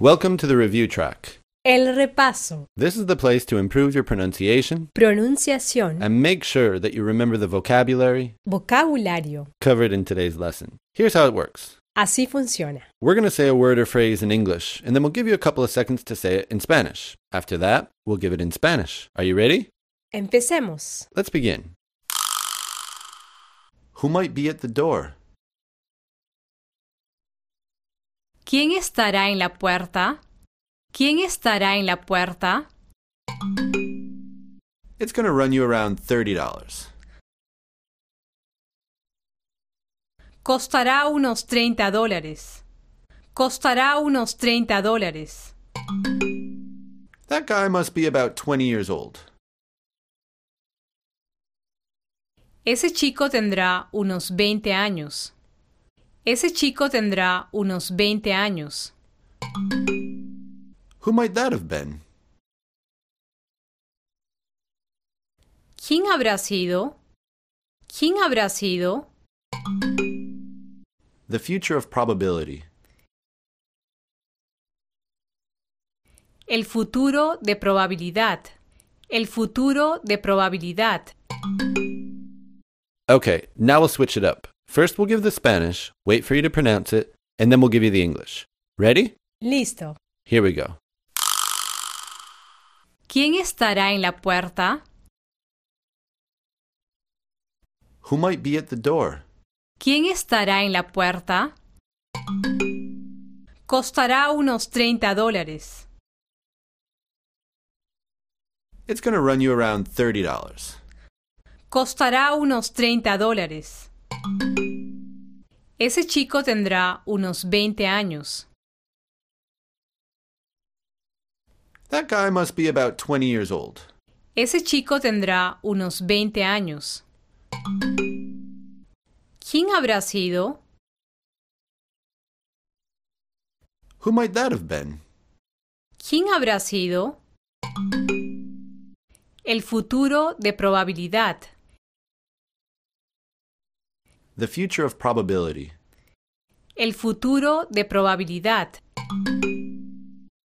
Welcome to the review track. El repaso, This is the place to improve your pronunciation pronunciación, and make sure that you remember the vocabulary vocabulario. covered in today's lesson. Here's how it works Así funciona. We're going to say a word or phrase in English, and then we'll give you a couple of seconds to say it in Spanish. After that, we'll give it in Spanish. Are you ready? Empecemos. Let's begin. Who might be at the door? ¿Quién estará en la puerta? ¿Quién estará en la puerta? It's going to run you around $30. Costará unos 30 dólares. Costará unos 30 dólares. That guy must be about 20 years old. Ese chico tendrá unos 20 años. Ese chico tendrá unos 20 años. Who might that have been? ¿Quién habrá sido? ¿Quién habrá sido? The future of probability. El futuro de probabilidad. El futuro de probabilidad. Okay, now we'll switch it up. First, we'll give the Spanish, wait for you to pronounce it, and then we'll give you the English. Ready? Listo. Here we go. ¿Quién estará en la puerta? Who might be at the door? ¿Quién estará en la puerta? Costará unos 30 dólares. It's going to run you around $30. Costará unos 30 dólares. Ese chico tendrá unos 20 años. That guy must be about 20 years old. Ese chico tendrá unos 20 años. ¿Quién habrá sido? Who might that have been? ¿Quién habrá sido? El futuro de probabilidad. The future of probability. El futuro de probabilidad.